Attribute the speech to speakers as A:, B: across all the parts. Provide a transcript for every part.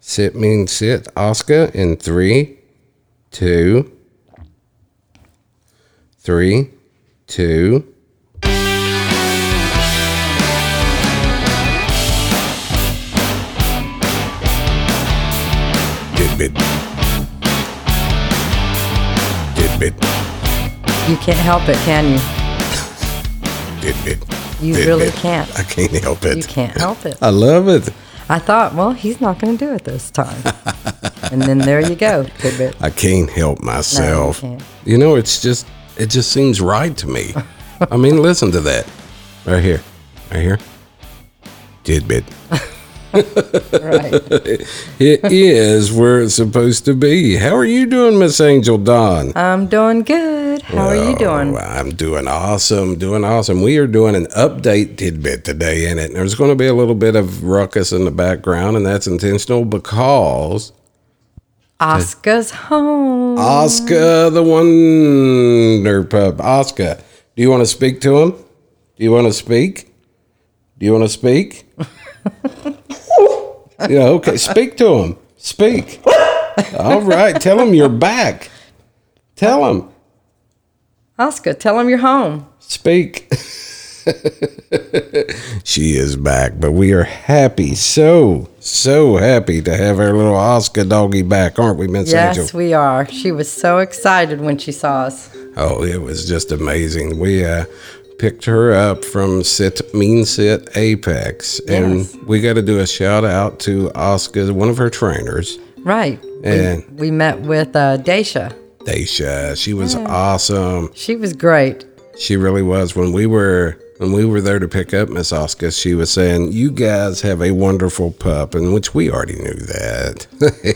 A: Sit means sit, Oscar, in three, two, three, two.
B: Get bit. Get bit.
C: You can't help it, can you?
B: Get bit.
C: You
B: Get
C: really
B: bit.
C: can't.
B: I can't help it.
C: You can't help it.
A: I love it.
C: I thought, well, he's not going to do it this time. and then there you go. Tidbit.
B: I can't help
C: No, you
B: myself.
C: can't.
A: You know, it's just it just seems right to me. I mean, listen to that. Right here. Right here.
B: Tidbit.
C: Right.
A: It is where it's supposed to be. How are you doing, Miss Angel Dawn?
C: I'm doing good. How are you doing?
A: Oh, I'm doing awesome, doing awesome. We are doing an update tidbit today in it. And there's going to be a little bit of ruckus in the background, and that's intentional because
C: Oscar's home.
A: uh, Oscar the Wonder Pup. Oscar, do you want to speak to him? Do you want to speak? Do you want to speak? yeah, okay. Speak to him. Speak. All right. Tell him you're back. Tell him.
C: Oscar, tell him you're home.
A: Speak. she is back, but we are happy, so, so happy to have our little Oscar doggy back, aren't we, Miss Angel?
C: Yes, we are. She was so excited when she saw us.
A: Oh, it was just amazing. We uh, picked her up from Sit Mean Sit Apex,
C: Yes.
A: and we got to do a shout out to Oscar, one of her trainers,
C: Right.
A: and
C: We met with uh, Daisha.
A: Daisha. She was
C: Mm.
A: awesome.
C: She was great.
A: She really was. When we were when we were there to pick up Miss Oscar, she was saying, "You guys have a wonderful pup," and which we already knew that.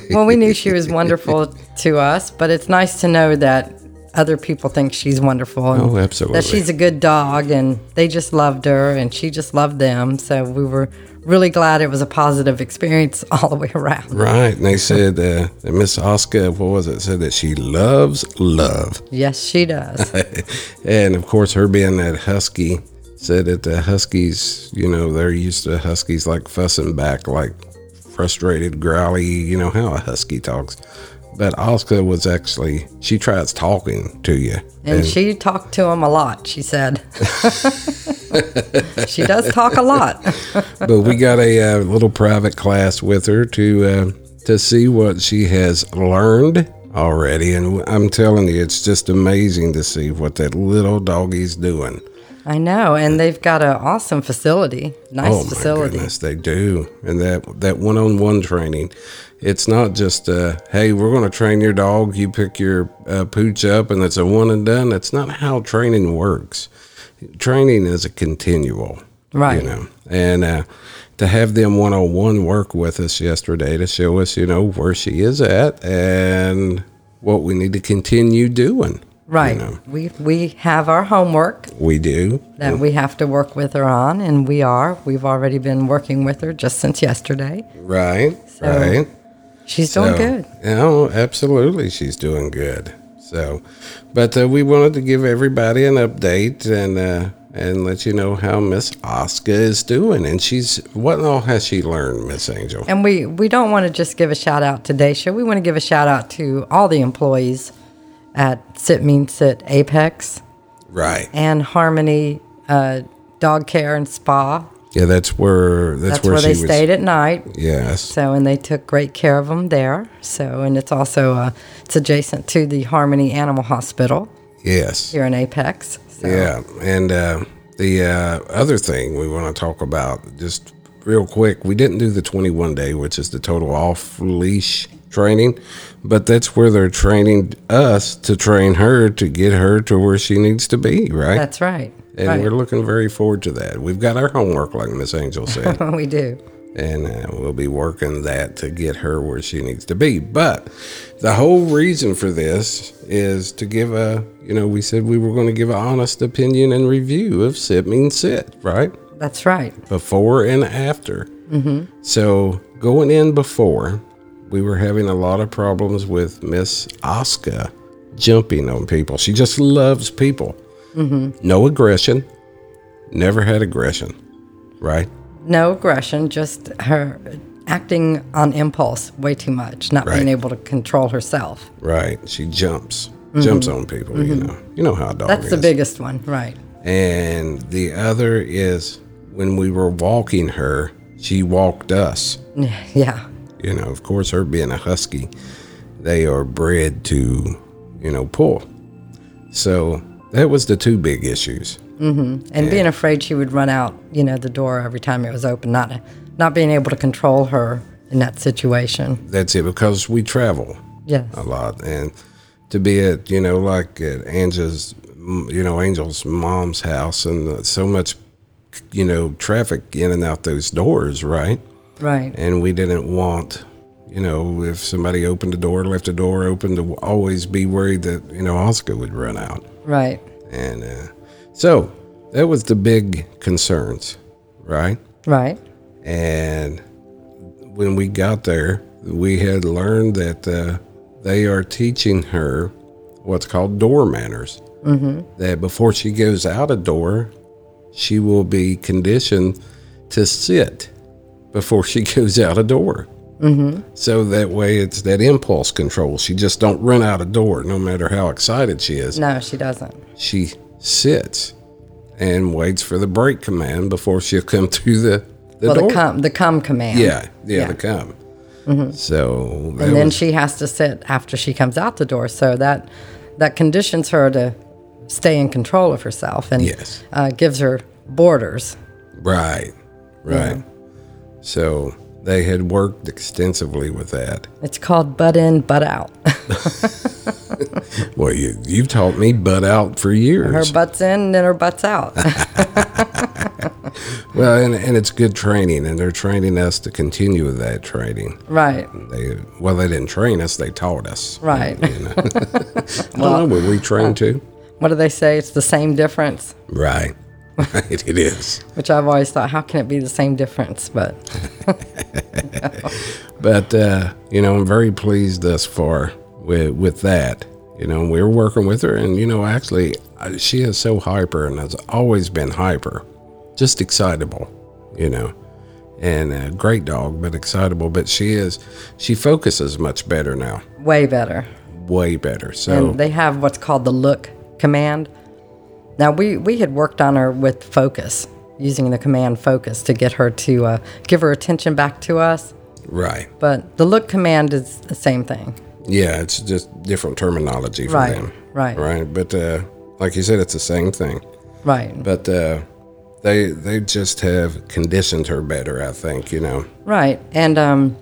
C: Well, we knew she was wonderful to us, but it's nice to know that other people think she's wonderful. and
A: Oh, absolutely.
C: That she's a good dog, and they just loved her, and she just loved them. So we were really glad it was a positive experience all the way around.
A: right? And they said uh, that Miss Oscar, what was it? Said that she loves love.
C: Yes, she does.
A: and of course, her being that husky said that the huskies, you know, they're used to huskies like fussing back, like frustrated, growly, you know, how a husky talks. But Oscar was actually, she tries talking to you.
C: And she talked to him a lot, she said. she does talk a lot.
A: but we got a uh, little private class with her to uh, to see what she has learned already. And I'm telling you, it's just amazing to see what that little doggy's doing.
C: I know. And they've got an awesome facility, nice
A: Oh my
C: facility.
A: goodness, they do. And that that one-on-one training, it's not just uh, hey, we're going to train your dog. You pick your uh, pooch up, and it's a one and done. That's not how training works. Training is a continual,
C: Right.
A: You know, and uh, to have them one-on-one work with us yesterday to show us, you know, where she is at and what we need to continue doing.
C: Right.
A: know.
C: We, we have our homework.
A: We do.
C: that we have to work with her on, and we are. We've already been working with her just since yesterday.
A: Right.
C: So-
A: right.
C: She's doing good.
A: Oh, absolutely. She's doing good. So, but uh, we wanted to give everybody an update and uh, and let you know how Miss Oscar is doing. And she's what all has she learned, Miss Angel?
C: And we, we don't want to just give a shout out to Daisha. We want to give a shout out to all the employees at Sit Mean Sit Apex
A: Right.
C: and Harmony uh, Dog Care and Spa.
A: Yeah, that's where that's,
C: That's where, they
A: she
C: stayed at night.
A: was. Yes.
C: So, and they took great care of them there. So, and it's also uh, it's adjacent to the Harmony Animal Hospital
A: Yes.
C: here in Apex. So,
A: Yeah, and uh, the uh, other thing we want to talk about, just real quick, we didn't do the 21 day, which is the total off leash training, but that's where they're training us to train her to get her to where she needs to be, right?
C: that's right.
A: and
C: right.
A: we're looking very forward to that. We've got our homework, like Miss Angel said
C: we do.
A: and uh, we'll be working that to get her where she needs to be. But the whole reason for this is to give a, you know, we said we were going to give an honest opinion and review of Sit Means Sit, right?
C: That's right.
A: Before and after. Mm-hmm. So going in before, we were having a lot of problems with Miss Oscar jumping on people. She just loves people. Mm-hmm. No aggression. Never had aggression, right?
C: No aggression, just her acting on impulse way too much, not being
A: Right.
C: able to control herself.
A: Right. She jumps, jumps on people. You know, you know how a dog
C: Mm-hmm. That's
A: is.
C: the biggest one, right?
A: and the other is when we were walking her, she walked us.
C: Yeah.
A: You know, of course, her being a husky, they are bred to, you know, pull. So that was the two big issues.
C: And being afraid she would run out, you know, the door every time it was open, not not being able to control her in that situation.
A: That's it because we travel.
C: Yes.
A: a lot and to be at you know like at Angela's m- you know Angel's mom's house and uh, so much you know traffic in and out those doors right
C: Right.
A: and we didn't want you know if somebody opened the door left the door open to always be worried that you know Oscar would run out
C: Right.
A: and uh, so that was the big concerns right
C: Right.
A: and when we got there, we had learned that uh, they are teaching her what's called door manners. Mm-hmm. That before she goes out a door, she will be conditioned to sit before she goes out a door. Mm-hmm. So that way, it's that impulse control. She just don't run out a door, no matter how excited she is
C: No, she doesn't.
A: she sits and waits for the break command before she'll come through the, the
C: well,
A: door.
C: the come the come command.
A: yeah, yeah, the come. So that
C: Mm-hmm. And then
A: was-
C: she has to sit after she comes out the door, so that that conditions her to stay in control of herself and
A: Yes.
C: uh, gives her borders.
A: right, right. So they had worked extensively with that.
C: It's called butt in, butt out.
A: Well, you you've taught me butt out for
C: her
A: years.
C: butt's in, then her butt's out.
A: well, and and it's good training, and they're training us to continue with that training.
C: right.
A: They well, they didn't train us; they taught us.
C: Right.
A: You know? I don't know, were we trained to?
C: What do they say? It's the same difference.
A: Right, right. It is.
C: Which I've always thought, how can it be the same difference? But
A: But uh, you know, I'm very pleased thus far with with that. You know, we were working with her, and you know, actually, I- she is so hyper, and has always been hyper, just excitable. You know, and a great dog, but excitable. But she is, she focuses much better now,
C: way better.
A: way better. So
C: And they have what's called the look command. Now we we had worked on her with focus, using the command focus to get her to uh, give her attention back to us.
A: right,
C: But the look command is the same thing,
A: yeah, it's just different terminology for
C: Right,
A: them,
C: right.
A: right. But uh, like you said, it's the same thing.
C: right?
A: But uh, they they just have conditioned her better, I think. You know.
C: Right. And um,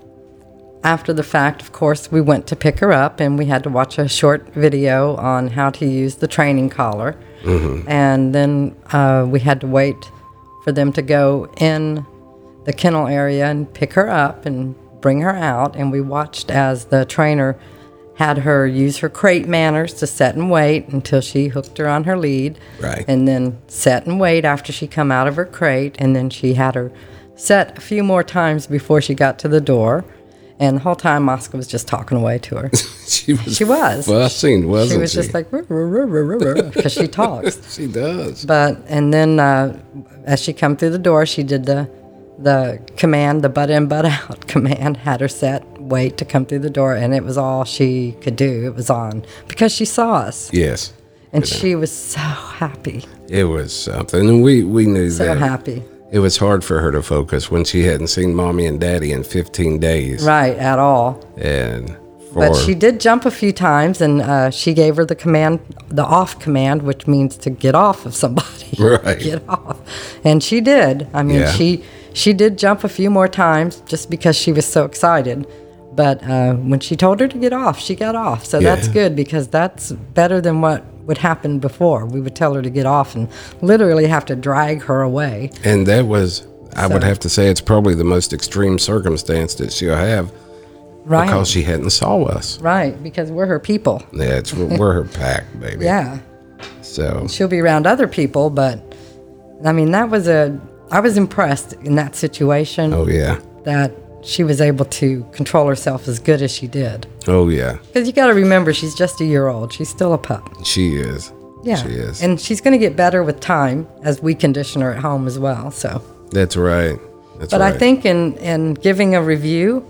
C: after the fact, of course, we went to pick her up and we had to watch a short video on how to use the training collar. And then uh, we had to wait for them to go in the kennel area and pick her up and bring her out. And we watched as the trainer had her use her crate manners to set and wait until she hooked her on her lead
A: Right.
C: and then set and wait after she come out of her crate and then she had her set a few more times before she got to the door and the whole time Mosca was just talking away to her
A: She was.
C: she was
A: Fussing, wasn't she?
C: she was just like because she talks
A: she does.
C: but and then uh, as she come through the door, she did the the command, the butt in, butt out command. Had her set, wait to come through the door, and it was all she could do. It was on because she saw us,
A: Yes,
C: and she was so happy,
A: it was something, and we we knew
C: so
A: that
C: happy.
A: it was hard for her to focus when she hadn't seen mommy and daddy in 15 days,
C: Right at all,
A: and for
C: but she did jump a few times, and uh, she gave her the command, the off command, which means to get off of somebody.
A: Right.
C: get off, and she did. I mean,
A: Yeah.
C: she she did jump a few more times just because she was so excited. But uh, when she told her to get off, she got off. So that's
A: Yeah.
C: good because that's better than what would happen before. We would tell her to get off and literally have to drag her away.
A: and that was I would have to say it's probably the most extreme circumstance that she'll have
C: Right.
A: because she hadn't saw us.
C: right. Because we're her people.
A: Yeah, it's we're her pack, baby.
C: Yeah.
A: So
C: she'll be around other people but i mean that was a i was impressed in that situation
A: oh yeah,
C: that she was able to control herself as good as she did
A: oh yeah,
C: because you got to remember she's just a year old she's still a pup
A: she is.
C: yeah
A: she is.
C: and she's going to get better with time as we condition her at home as well so
A: That's right. That's
C: but I
A: right.
C: think in, in giving a review,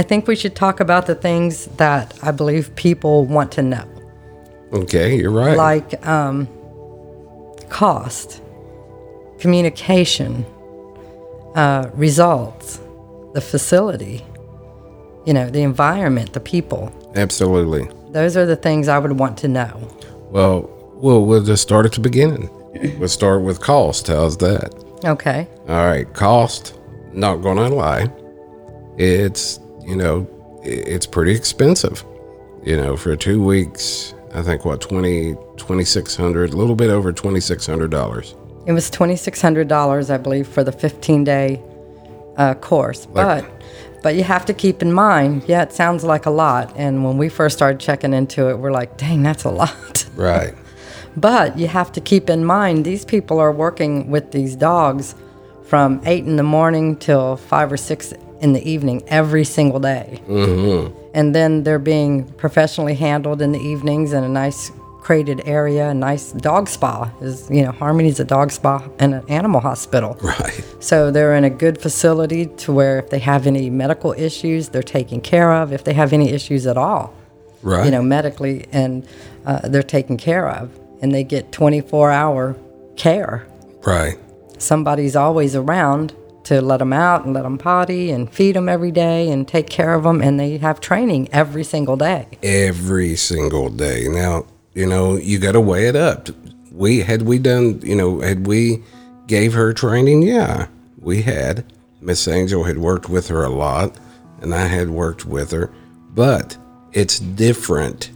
C: I think we should talk about the things that I believe people want to know,
A: Okay, you're right.
C: like um, cost, communication, uh, results, the facility, you know, the environment, the people.
A: Absolutely.
C: Those are the things I would want to know.
A: Well, well, we'll just start at the beginning. We'll start with cost. How's that?
C: Okay.
A: All right, cost. Not gonna lie, it's you know i- it's pretty expensive. You know, for two weeks, I think what 20, 2600 a little bit over twenty six hundred dollars.
C: It was twenty six hundred dollars, I believe, for the fifteen day uh, course. but but you have to keep in mind, yeah, it sounds like a lot. And when we first started checking into it, we're like, dang, that's a lot.
A: Right.
C: But you have to keep in mind these people are working with these dogs from eight in the morning till five or six in the evening every single day. Mm-hmm. And then they're being professionally handled in the evenings in a nice crated area, a nice dog spa. Is you know Harmony's a dog spa and an animal hospital.
A: Right.
C: So they're in a good facility to where if they have any medical issues, they're taken care of. If they have any issues at all,
A: Right.
C: you know, medically, and uh, they're taken care of, and they get 24 hour care.
A: Right.
C: Somebody's always around to let them out and let them potty and feed them every day and take care of them, and they have training every single day.
A: every single day. Now, you know, you got to weigh it up. We had we done, you know, had we gave her training? Yeah, we had. Miss Angel had worked with her a lot, and I had worked with her, but it's different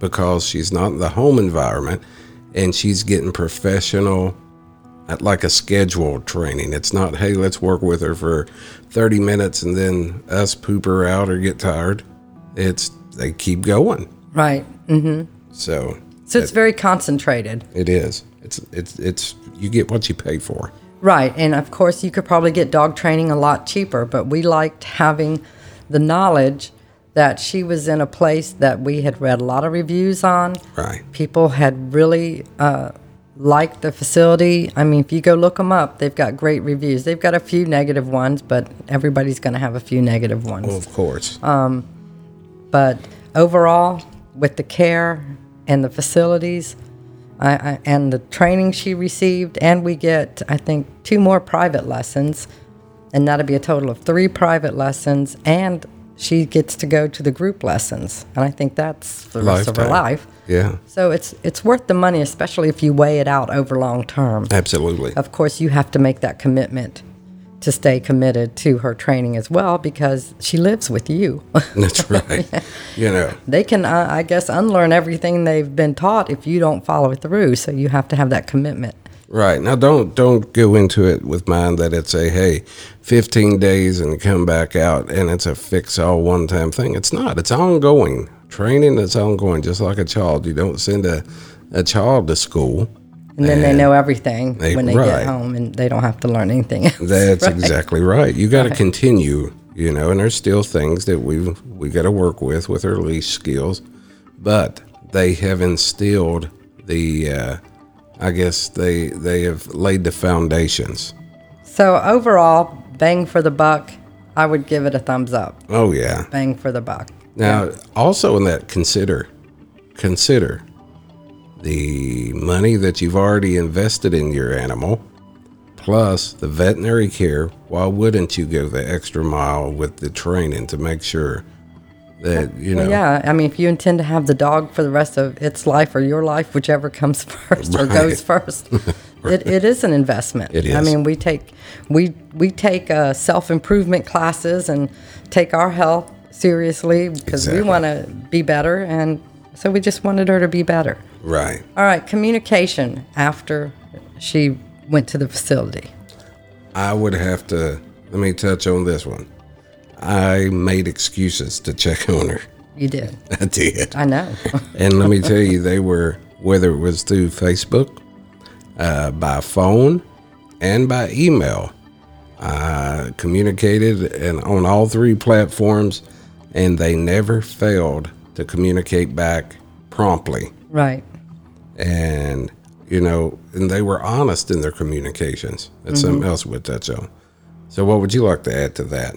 A: because she's not in the home environment and she's getting professional at like a scheduled training. It's not, hey, let's work with her for 30 minutes and then us poop her out or get tired. It's they keep going.
C: Right.
A: So
C: So it's very concentrated.
A: it is. It's it's it's you get what you pay for.
C: Right. And of course, you could probably get dog training a lot cheaper, but we liked having the knowledge that she was in a place that we had read a lot of reviews on.
A: Right.
C: People had really uh, liked the facility. I mean, if you go look them up, they've got great reviews. They've got a few negative ones, but everybody's going to have a few negative ones.
A: Of course.
C: Uh, But overall, with the care and the facilities I, I, and the training she received, and we get, I think, two more private lessons, and that'll be a total of three private lessons, and she gets to go to the group lessons. And I think that's the rest of her
A: Lifetime.
C: life.
A: yeah.
C: So it's, it's worth the money, especially if you weigh it out over long term.
A: Absolutely.
C: Of course, you have to make that commitment to stay committed to her training as well because she lives with you.
A: That's right. You know.
C: they can uh, i guess unlearn everything they've been taught if you don't follow through so you have to have that commitment
A: Right. Now don't don't go into it with mind that it's a hey, 15 days and come back out and it's a fix all one time thing. It's not. It's ongoing. Training that's ongoing just like a child. You don't send a a child to school.
C: and then they know everything
A: they-
C: when they
A: right.
C: get home and they don't have to learn anything else.
A: That's exactly right. You got to continue, you know, and there's still things that we've we got to work with with our leash skills, but they have instilled the, uh, I guess they they have laid the foundations.
C: so overall bang for the buck i would give it a thumbs up
A: Oh yeah.
C: bang for the buck
A: Now also in that consider, consider the money that you've already invested in your animal. Plus the veterinary care, why wouldn't you go the extra mile with the training to make sure that, you know,
C: yeah i mean if you intend to have the dog for the rest of its life or your life whichever comes first or goes first it, it is an investment
A: It
C: i
A: is.
C: mean we take we we take uh, self-improvement classes and take our health seriously because
A: Exactly.
C: we want to be better and so we just wanted her to be better
A: Right.
C: all right communication after she went to the facility
A: I would have to let me touch on this one. I made excuses to check on her.
C: you did
A: I did.
C: i know
A: And let me tell you, they were whether it was through Facebook, uh, by phone, and by email. I communicated and on all three platforms, and they never failed to communicate back promptly.
C: right
A: and
C: Mm-hmm.
A: you know, and they were honest in their communications. That's something else we'll touch on. So, what would you like to add to that?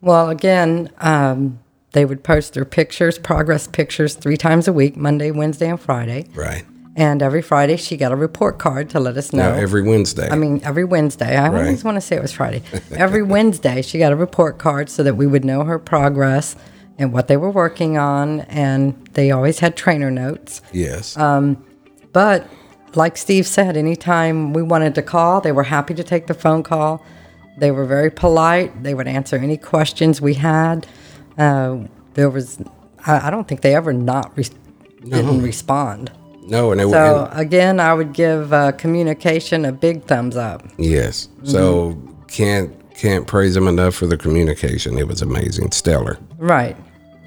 C: Well, again, um, they would post their pictures, progress pictures, three times a week Monday, Wednesday, and Friday.
A: Right.
C: And every Friday, she got a report card to let us know.
A: Now, every Wednesday.
C: I mean, every Wednesday. I always
A: Right.
C: want to say it was Friday. Every Wednesday, she got a report card so that we would know her progress and what they were working on. And they always had trainer notes.
A: yes.
C: uh, But like Steve said, anytime we wanted to call, they were happy to take the phone call. They were very polite. They would answer any questions we had. Uh, there was, I, I don't think they ever not re- didn't respond.
A: no, and they
C: So
A: were.
C: again, I would give uh, communication a big thumbs up.
A: and- yes.
C: Mm-hmm.
A: So, can't can't praise them enough for the communication. It was amazing, stellar.
C: Right.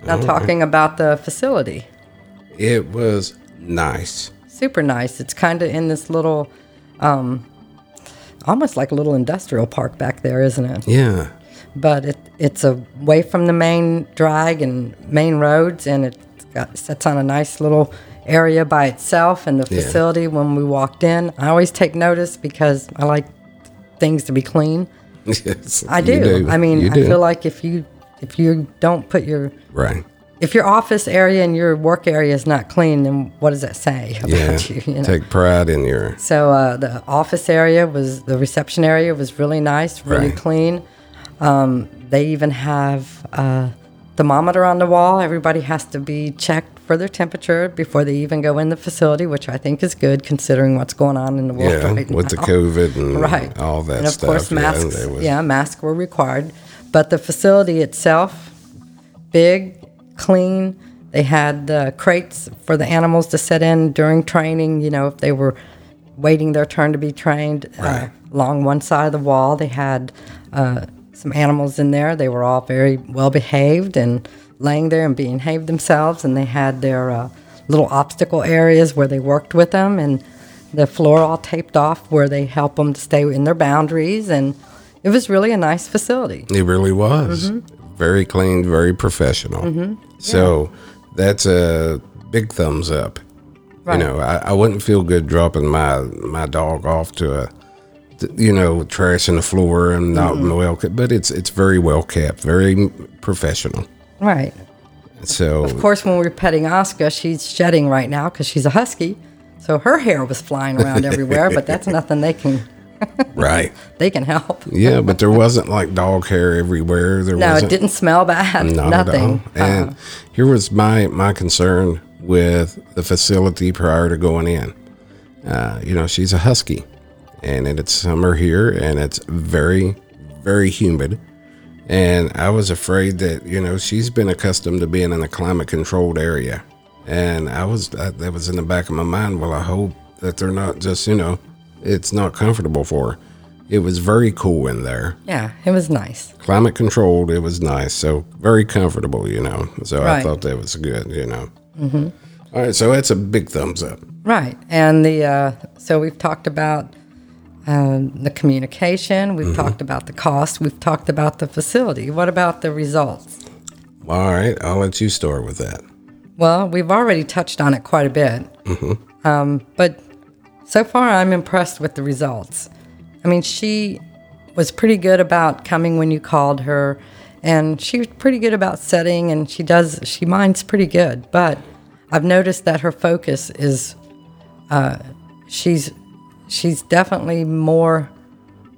C: Now talking about the facility.
A: It was nice.
C: Super nice. It's kind of in this little, um, almost like a little industrial park back there, isn't it?
A: Yeah.
C: But it, it's away from the main drag and main roads, and it got, sits on a nice little area by itself. And the
A: Yeah.
C: facility, when we walked in, I always take notice because I like things to be clean.
A: yes.
C: I
A: you
C: do. I mean,
A: You
C: I
A: do.
C: feel like if you if you don't put your
A: right.
C: if your office area and your work area is not clean, then what does that say about
A: Yeah.
C: you? you know?
A: Take pride in your.
C: so uh, the office area was the reception area was really nice, really
A: Right.
C: clean. Um, they even have a thermometer on the wall. Everybody has to be checked for their temperature before they even go in the facility, which I think is good considering what's going on in the world
A: Yeah,
C: right
A: with the
C: now
A: COVID and
C: right
A: all that
C: and of
A: stuff.
C: course masks
A: Yeah,
C: yeah,
A: they was-
C: masks were required but the facility itself big clean they had uh, crates for the animals to sit in during training you know if they were waiting their turn to be trained uh,
A: Right.
C: along one side of the wall they had uh, some animals in there they were all very well behaved and laying there and behaved themselves and they had their uh, little obstacle areas where they worked with them and the floor all taped off where they help them to stay in their boundaries and it was really a nice facility
A: It really was.
C: Mm-hmm.
A: Very clean, very professional. So that's a big thumbs up.
C: Right.
A: You know, I, I wouldn't feel good dropping my my dog off to a, th- you know, trash in the floor and not
C: Mm-hmm.
A: well kept, but it's it's very well kept, very professional.
C: right
A: So
C: Of course, when we were petting Oscar, she's shedding right now because she's a husky, so her hair was flying around everywhere. But that's nothing they can
A: right,
C: they can help.
A: yeah, but there wasn't like dog hair everywhere. There
C: No,
A: wasn't.
C: it didn't smell bad.
A: Not
C: nothing.
A: At all. And here was my my concern with the facility prior to going in. Uh, you know, she's a husky, and it- it's summer here, and it's very, very humid. And I was afraid that you know she's been accustomed to being in a climate controlled area, and I was that, that was in the back of my mind. Well, I hope that they're not just you know it's not comfortable for her. It was very cool in there
C: yeah, it was nice.
A: climate controlled. It was nice, so very comfortable, you know. So I
C: Right.
A: thought that was good, you know. Mm-hmm. All right, so that's a big thumbs up.
C: Right, and the uh, so we've talked about um, the communication.
A: Mm-hmm.
C: We've talked about the cost. We've talked about the facility. What about the results?
A: All right, I'll let you start with that.
C: Well, we've already touched on it quite a bit. Um, but so far, I'm impressed with the results. I mean, she was pretty good about coming when you called her, and she was pretty good about setting, and she does, she minds pretty good. But I've noticed that her focus is, uh, she's, she's definitely more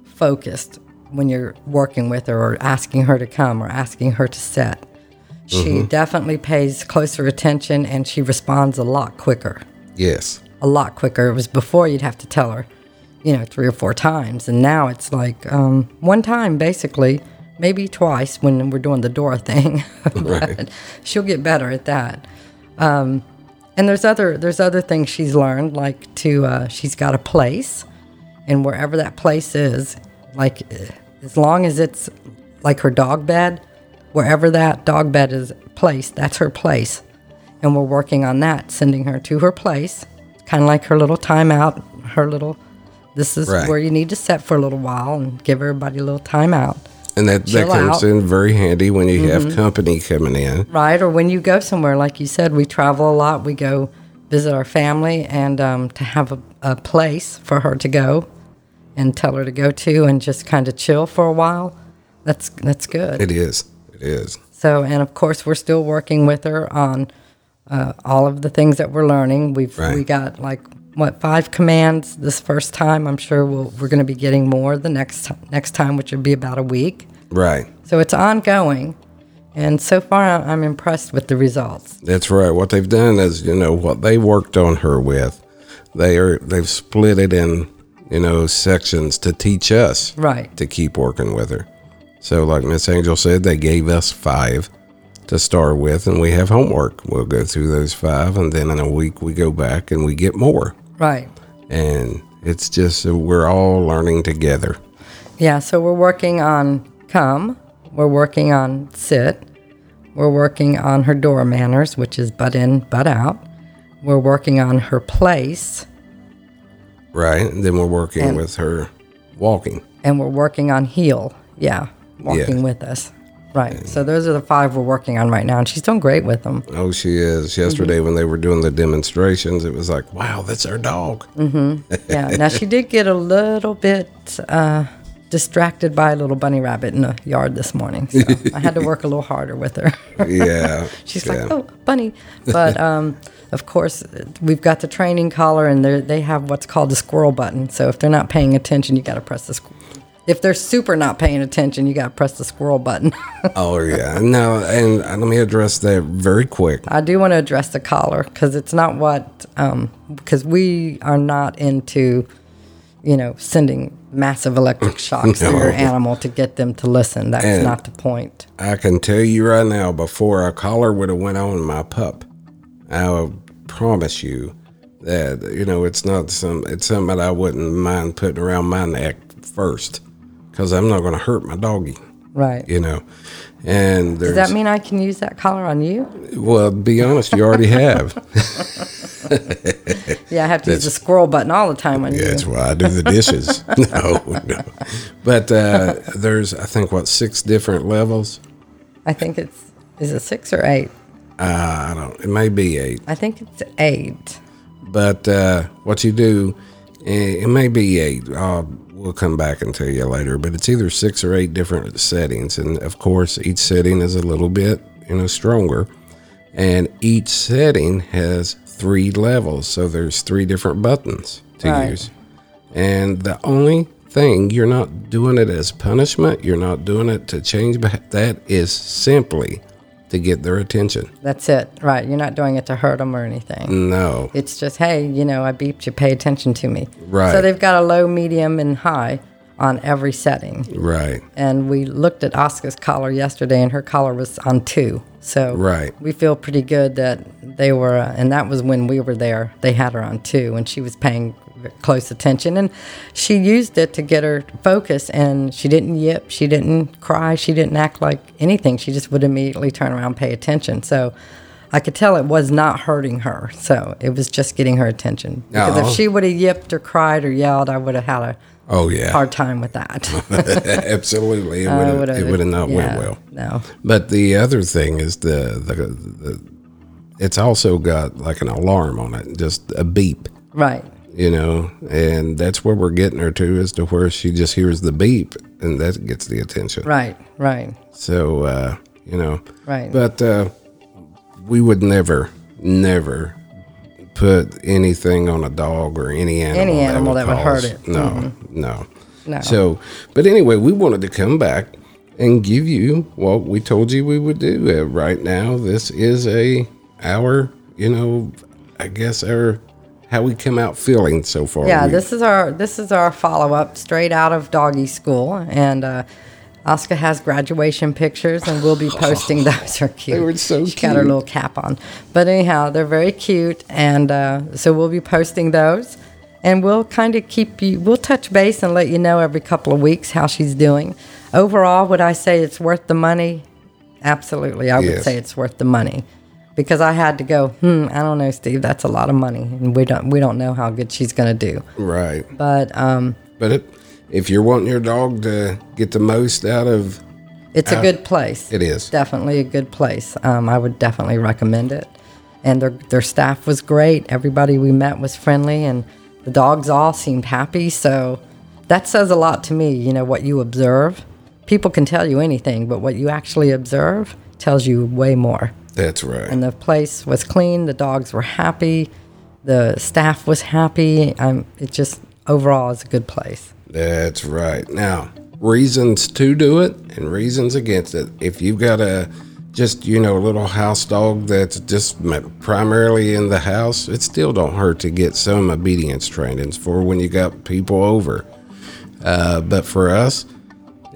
C: focused when you're working with her or asking her to come or asking her to set. She definitely pays closer attention and she responds a lot quicker.
A: Yes,
C: A lot quicker. It was before you'd have to tell her, you know, three or four times. And now it's like um, one time, basically, maybe twice when we're doing the Dora thing. but
A: Right.
C: she'll get better at that. Um, and there's other there's other things she's learned, like to uh, she's got a place, and wherever that place is, like eh, as long as it's like her dog bed, wherever that dog bed is placed, that's her place. And we're working on that, sending her to her place, kind of like her little timeout, her little. This is
A: Right.
C: where you need to set for a little while and give everybody a little timeout,
A: and that that
C: Chill
A: comes
C: out. Mm-hmm.
A: in very handy when you have company coming in.
C: right? Or when you go somewhere, like you said, we travel a lot. We go visit our family, and um, to have a, a place for her to go and tell her to go to and just kind of chill for a while, that's that's good.
A: It is. It is.
C: So, and of course, we're still working with her on uh, all of the things that we're learning. We've we
A: Right.
C: got like what five commands this first time. I'm sure we'll, we're going to be getting more the next next time, which will be about a week.
A: Right.
C: So it's ongoing, and so far I- I'm impressed with the results.
A: That's right. What they've done is, you know, what they worked on her with, they are they've split it in, you know, sections to teach us
C: Right.
A: to keep working with her. So, like Miss Angel said, they gave us five to start with, and we have homework. We'll go through those five, and then in a week we go back and we get more.
C: Right.
A: And it's just uh, we're all learning together.
C: Yeah, so we're working on come, we're working on sit, we're working on her door manners, which is butt in, butt out. We're working on her place,
A: Right. And then we're working with her walking.
C: and we're working on heel. Yeah, walking
A: Yeah.
C: with us. Right. So those are the five we're working on right now, and she's doing great with them.
A: Oh, she
C: Mm-hmm.
A: is. Yesterday when they were doing the demonstrations, it was like, wow, that's our dog.
C: Mm-hmm. Yeah. now she did get a little bit uh, distracted by a little bunny rabbit in the yard this morning, so I had to work a little harder with her.
A: Yeah.
C: She's
A: yeah.
C: like, oh, bunny. But um, of course, we've got the training collar, and they're- they have what's called the squirrel button. So if they're not paying attention, you got to press the. Squ- if they're super not paying attention, you got to press the squirrel button.
A: Oh, yeah. No, and uh, let me address that very quick.
C: I do want to address the collar because it's not what because we are not into you know sending massive electric shocks to your
A: No.
C: animal to get them to listen. That's
A: And-
C: not the point.
A: I can tell you right now, before a collar would have went on my pup, I will promise you that you know it's not some it's something that I wouldn't mind putting around my neck first because I'm not going to hurt my doggy,
C: Right.
A: you know. And there's
C: Does that mean I can use that collar on you?
A: well, be honest, you already have.
C: Yeah, I have to use the squirrel button all the time on you.
B: That's why I do the dishes.
A: no, no, but uh, there's I think what six different levels.
C: I think it's is it six or eight?
A: I don't. It may be eight.
C: I think it's eight.
A: But uh, what you do, eh, it may be eight. Uh, we'll come back and tell you later. But it's either six or eight different settings, and of course, each setting is a little bit you know stronger, and each setting has three levels. So there's three different buttons to
C: Right.
A: use, and the only thing you're not doing it as punishment. You're not doing it to change. But that is simply to get their attention.
C: That's it. Right. You're not doing it to hurt them or anything.
A: Mm. No,
C: It's just, hey, you know, I beeped you. Pay attention to me.
A: Right.
C: So they've got a low, medium, and high on every setting.
A: right.
C: And we looked at Oscar's collar yesterday, and her collar was on two. So
A: Right.
C: we feel pretty good that they were, uh, and that was when we were there. They had her on two, and she was paying v- close attention, and she used it to get her focus. And she didn't yip, she didn't cry, she didn't act like anything. She just would immediately turn around, and pay attention. So. I could tell it was not hurting her, so it was just getting her attention. Because
A: Oh.
C: if she would have yipped or cried or yelled, I would have had a
A: Oh yeah.
C: hard time with that.
A: Absolutely, it
C: I
A: would
C: would've-
A: have it would have not went
C: yeah,
A: well.
C: No.
A: But the other thing is the, the the it's also got like an alarm on it, just a beep,
C: Right.
A: you know, and that's where we're getting her to is to where she just hears the beep and that gets the attention.
C: Right. Right.
A: So uh, you know,
C: Right.
A: but uh, we would never, never put anything on a dog or any animal.
C: Any animal that would hurt
A: cause-
C: it. Mm-hmm.
A: No, no,
C: No.
A: So, but anyway, we wanted to come back and give you what we told you we would do. Uh, right now, this is a our, you know, I guess our how we come out feeling so far.
C: yeah,
A: We-
C: this is our this is our follow up straight out of doggy school, and uh, Oscar has graduation pictures, and we'll be posting those. Are cute.
A: They were so
C: She got her
A: cute.
C: little cap on, but anyhow, they're very cute, and uh, so we'll be posting those, and we'll kind of keep you. We'll touch base and let you know every couple of weeks how she's doing. Overall, would I say it's worth the money? Absolutely, I would
A: Yes.
C: say it's worth the money. Because I had to go. Hmm, I don't know, Steve. That's a lot of money, and we don't we don't know how good she's going to do.
A: right.
C: But um,
A: But it, if you're wanting your dog to get the most out of
C: it's a good place.
A: Uh, it is.
C: definitely a good place. Um, I would definitely recommend it. And their their staff was great. Everybody we met was friendly, and the dogs all seemed happy. So that says a lot to me, you know, what you observe. People can tell you anything, but what you actually observe tells you way more.
A: That's right.
C: And the place was clean, the dogs were happy, the staff was happy. Um, it just overall is a good place.
A: That's right. Now, reasons to do it and reasons against it. If you've got a just you know little house dog that's just m- primarily in the house, it still don't hurt to get some obedience trainings for when you got people over. Uh, but for us,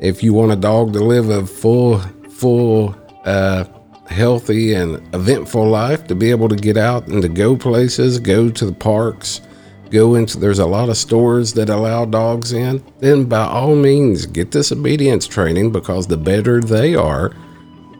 A: if you want a dog to live a full, full, uh, healthy and eventful life, to be able to get out and to go places, go to the parks, go into there's a lot of stores that allow dogs in, then by all means get this obedience training because the better they are,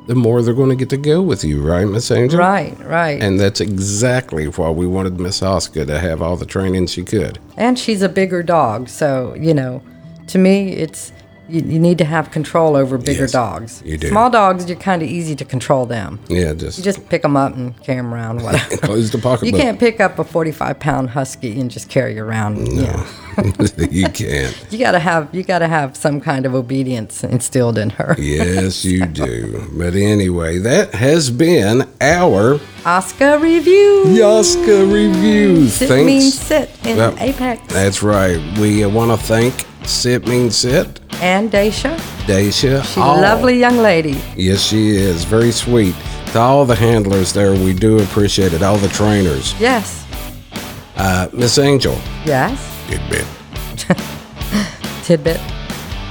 A: the more they're going to get to go with you, right, Miss Angel?
C: Right, right.
A: And that's exactly why we wanted Miss Oscar to have all the training she could.
C: and she's a bigger dog so you know to me it's you, you need to have control over bigger
A: Yes,
C: dogs
A: you do.
C: small dogs you're kind of easy to control them
A: Yeah, just,
C: you just pick them up and carry them around whatever
A: close the
C: you
A: pocketbook.
C: can't pick up a 45 pound husky and just carry around you, know.
A: you can't.
C: you gotta have you gotta have some kind of obedience instilled in her
A: Yes, you do. But anyway, that has been our
C: oscar review
A: Yaska review.
C: sit
A: Thanks.
C: means sit in
A: Yep.
C: apex
A: That's right. We want to thank Sit Means Sit,
C: and daisha
A: Daisha.
C: she's a lovely young lady
A: Yes, she is. Very sweet. To all the handlers there, we do appreciate it. All the trainers.
C: yes
A: Uh, Miss Angel,
C: yes
B: Tidbit.
C: tidbit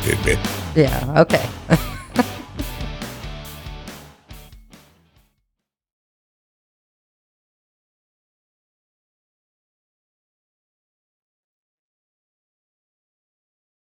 B: Tidbit.
C: yeah okay